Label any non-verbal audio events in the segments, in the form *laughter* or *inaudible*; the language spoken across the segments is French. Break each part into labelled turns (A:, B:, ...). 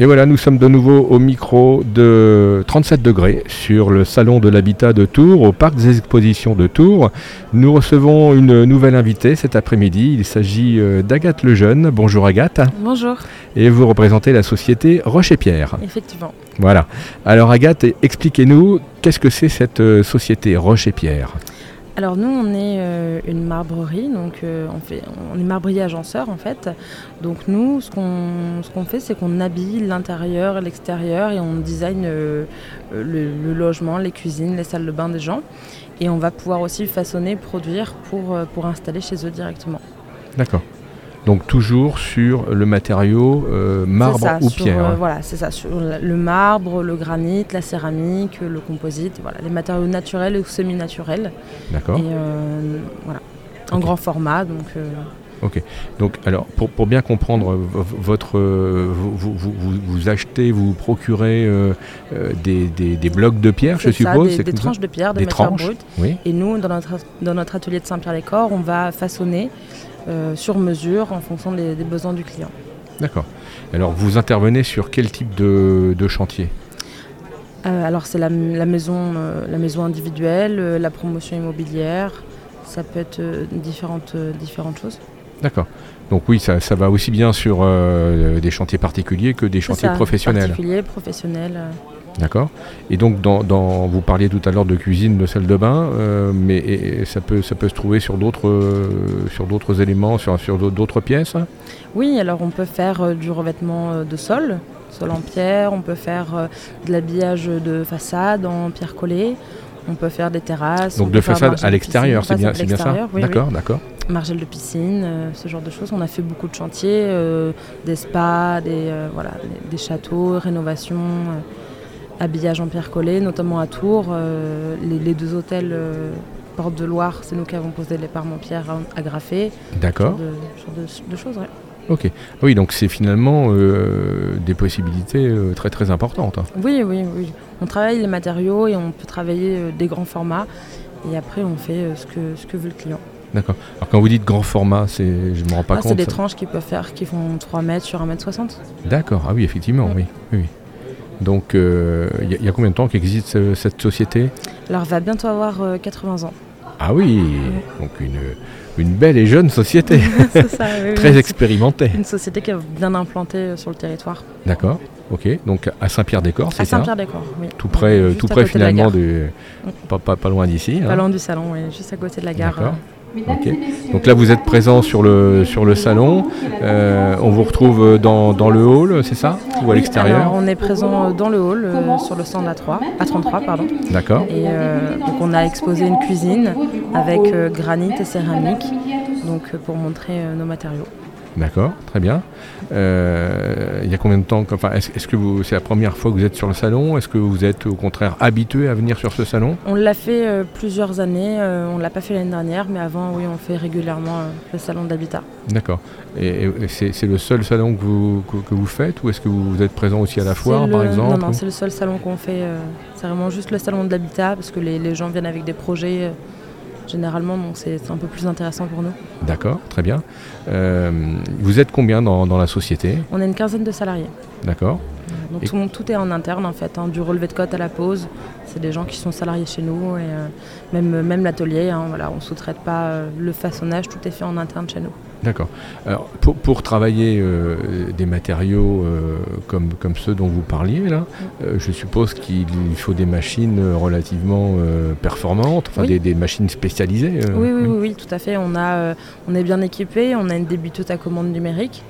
A: Et voilà, nous sommes de nouveau au micro de 37 degrés sur le salon de l'habitat de Tours, au parc des expositions de Tours. Nous recevons une nouvelle invitée cet après-midi. Il s'agit euh, d'Agathe Lejeune. Bonjour Agathe.
B: Bonjour,
A: Et vous représentez la société Roche et Pierre.
B: effectivement.
A: Voilà. Alors Agathe, expliquez-nous qu'est-ce que c'est cette euh, société Roche et Pierre
B: Alors nous, on est euh, une marbrerie, donc euh, on, fait, on est marbrier agenceur en fait. Donc nous, ce qu'on ce qu'on fait, c'est qu'on habille l'intérieur et l'extérieur et on design euh, euh, le, le logement, les cuisines, les salles de bain des gens. Et on va pouvoir aussi façonner, produire pour, euh, pour installer chez eux directement.
A: D'accord. Donc toujours sur le matériau euh, marbre
B: C'est ça,
A: ou
B: sur,
A: pierre.
B: euh, Voilà, c'est ça, sur la- le marbre, le granit, la céramique, le composite, voilà, les matériaux naturels ou semi-naturels.
A: D'accord.
B: Et euh, voilà, en
A: Ok.
B: grand format, donc... euh,
A: Donc, alors, pour, pour bien comprendre, euh, v- votre, euh, vous, vous- vous- vous- vous achetez, vous procurez euh, euh, des, des- des blocs de pierre, je
B: C'est ça,
A: suppose
B: des,
A: c'est
B: des
A: comme ça
B: tranches de pierre, des,
A: Des
B: matières
A: tranches.
B: brutes.
A: Oui,
B: Et nous, dans notre, dans notre atelier de Saint-Pierre-les-Corps, on va façonner euh, sur mesure en fonction des, des besoins du client.
A: d'accord. Alors, vous intervenez sur quel type de, de chantier
B: Euh, alors, c'est la, la maison, euh, la maison individuelle, euh, la promotion immobilière, ça peut être euh, différentes, euh, différentes choses.
A: D'accord. Donc, oui, ça, ça va aussi bien sur euh, des chantiers particuliers que des
B: C'est
A: chantiers
B: ça,
A: professionnels.
B: Particulier, professionnel. euh.
A: D'accord. Et donc, dans, dans- vous parliez tout à l'heure de cuisine, de salle de bain, euh, mais et- et ça, peut, ça peut se trouver sur d'autres euh, sur d'autres éléments, sur, sur d'autres pièces hein
B: Oui, alors on peut faire euh, du revêtement euh, de sol, sol en pierre, on peut faire euh, de l'habillage de façade en pierre collée. On peut faire des terrasses. on
A: Donc
B: peut
A: de
B: faire
A: façade
B: marcher
A: à
B: de
A: l'extérieur, c'est
B: piscine,
A: bien,
B: façade
A: c'est bien ça
B: extérieure, oui, oui.
A: D'accord, d'accord.
B: margelles de piscine, euh, ce genre de choses. On a fait beaucoup de chantiers, euh, des spas, des, euh, voilà, des, des châteaux, rénovations, euh, habillage en pierre collée, notamment à Tours. euh, les, les deux hôtels euh, Porte de Loire, c'est nous qui avons posé les parmes en pierre à- agrafées, ce genre
A: D'accord.
B: de, ce genre de- de choses. ouais.
A: Ok. Ah Oui, donc c'est finalement euh, des possibilités euh, très très importantes. hein.
B: Oui, oui, oui. On travaille les matériaux et on peut travailler euh, des grands formats. Et après, on fait euh, ce que, ce que veut le client.
A: D'accord. Alors quand vous dites grand format, c'est, je me rends pas
B: Ah, c'est
A: compte.
B: des
A: ça.
B: tranches qui peuvent faire, qui font 3 mètres sur 1 mètre 60.
A: D'accord. Ah oui, effectivement,
B: Mm.
A: oui. oui, oui. Donc euh, il y, a- y a combien de temps qu'existe euh, cette société
B: Alors, va bientôt avoir euh, 80 ans.
A: *laughs* Ah oui, donc une, une belle et jeune société,
B: c'est ça, *laughs* oui, oui.
A: très expérimentée.
B: Une société qui est bien implantée euh, sur le territoire.
A: D'accord. Ok. Donc à Saint-Pierre-des-Corps, c'est
B: À
A: ça
B: Saint-Pierre-des-Corps, oui.
A: Tout près, euh,
B: Juste
A: tout
B: à
A: près
B: côté de la
A: finalement
B: gare.
A: du, pas, pas- pas loin d'ici. hein.
B: Pas loin du salon, oui, juste à côté de la gare.
A: D'accord.
B: euh.
A: Ok. Donc là, vous êtes présent sur le, sur le salon. Euh, on vous retrouve dans, dans le hall, c'est ça Ou à
B: Oui,
A: l'extérieur
B: alors, On est présent euh, dans le hall, euh, sur le stand A3, A33, pardon.
A: D'accord.
B: Et euh, donc on a exposé une cuisine avec euh, granit et céramique, donc euh, pour montrer euh, nos matériaux.
A: D'accord, très bien. Euh, Il y a combien de temps que- enfin, Est-ce est-ce que vous- c'est la première fois que vous êtes sur le salon Est-ce que vous êtes au contraire habitué à venir sur ce salon
B: On l'a fait euh, plusieurs années, euh, on l'a pas fait l'année dernière, mais avant, oui, on fait régulièrement euh, le salon de l'habitat.
A: D'accord. Et, et c'est c'est le seul salon que vous, que, que vous faites Ou est-ce que vous, vous êtes présent aussi à la
B: C'est
A: foire, par
B: le-
A: exemple
B: Non, non, c'est le seul salon qu'on fait. euh, c'est vraiment juste le salon de l'habitat parce que les, les gens viennent avec des projets euh, généralement, donc c'est c'est un peu plus intéressant pour nous.
A: D'accord, très bien. Euh, vous êtes combien dans, dans la société
B: On a une quinzaine de salariés.
A: D'accord.
B: Donc
A: Et-
B: tout, le monde- tout est en interne en fait, hein, du relevé de côte à la pause. C'est des gens qui sont salariés chez nous et euh, même, même l'atelier, hein, voilà, on ne sous-traite pas euh, le façonnage, tout est fait en interne chez nous.
A: D'accord. Alors, pour, pour travailler euh, des matériaux euh, comme, comme ceux dont vous parliez, là, euh, je suppose qu'il faut des machines euh, relativement euh, performantes, enfin
B: Oui.
A: des, des machines spécialisées. euh,
B: Oui, oui, oui, oui, tout à fait. On, a, euh, on est bien équipé, on a une débiteuse à commande numérique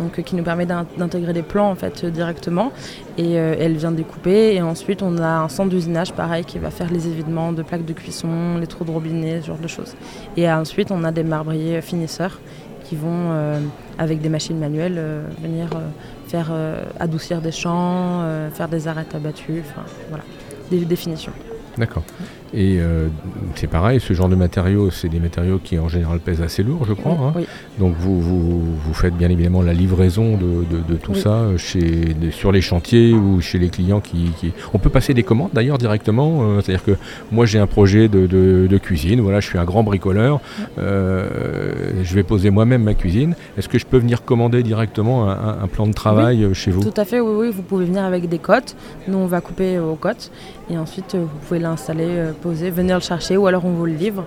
B: donc, euh, qui nous permet d'in- d'intégrer les plans en fait, euh, directement. Et euh, elle vient découper. Et ensuite, on a un centre d'usinage pareil qui va faire les évidements de plaques de cuisson, les trous de robinet, ce genre de choses. Et euh, ensuite, on a des marbriers euh, finisseurs qui vont, euh, avec des machines manuelles, euh, venir euh, faire euh, adoucir des champs, euh, faire des arêtes abattues, enfin voilà, des définitions.
A: D'accord. Et euh, c'est pareil, ce genre de matériaux, c'est des matériaux qui en général pèsent assez lourd, je crois. hein.
B: Oui.
A: Donc vous, vous, vous faites bien évidemment la livraison de, de- de tout
B: Oui.
A: ça euh, chez, de- sur les chantiers ou chez les clients qui, qui- On peut passer des commandes d'ailleurs directement. euh, C'est-à-dire que moi j'ai un projet de, de- de cuisine, voilà, je suis un grand bricoleur, euh, je vais poser moi-même ma cuisine. Est-ce que je peux venir commander directement un, un- un plan de travail euh, chez vous
B: Tout à fait, oui, oui, vous pouvez venir avec des cotes. Nous, on va couper euh, aux cotes et ensuite euh, vous pouvez l'installer, euh, poser, venir le chercher ou alors on vous le livre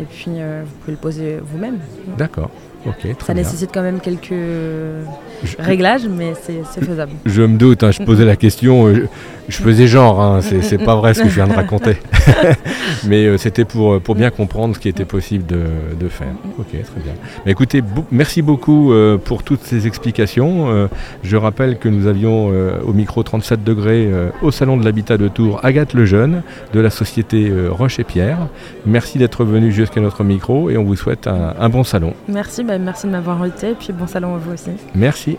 B: et puis euh, vous pouvez le poser vous-même.
A: D'accord. Ok,
B: Ça
A: très bien.
B: nécessite quand même quelques euh,
A: Je-
B: réglages, mais c'est c'est faisable.
A: Je me doute, hein, je posais la question, euh, je, je faisais genre, hein, c'est c'est pas vrai ce que je viens de raconter. *laughs* Mais euh, c'était pour, euh, pour bien comprendre ce qui était possible de, de faire. Ok, très bien. Mais écoutez, bou- merci beaucoup euh, pour toutes ces explications. Euh, je rappelle que nous avions euh, au micro 37 degrés euh, au Salon de l'Habitat de Tours Agathe Lejeune de la société euh, Roche et Pierre. Merci d'être venu jusqu'à notre micro et on vous souhaite un, un bon salon.
B: Merci, bah, merci de m'avoir invité et puis bon salon à vous aussi.
A: Merci.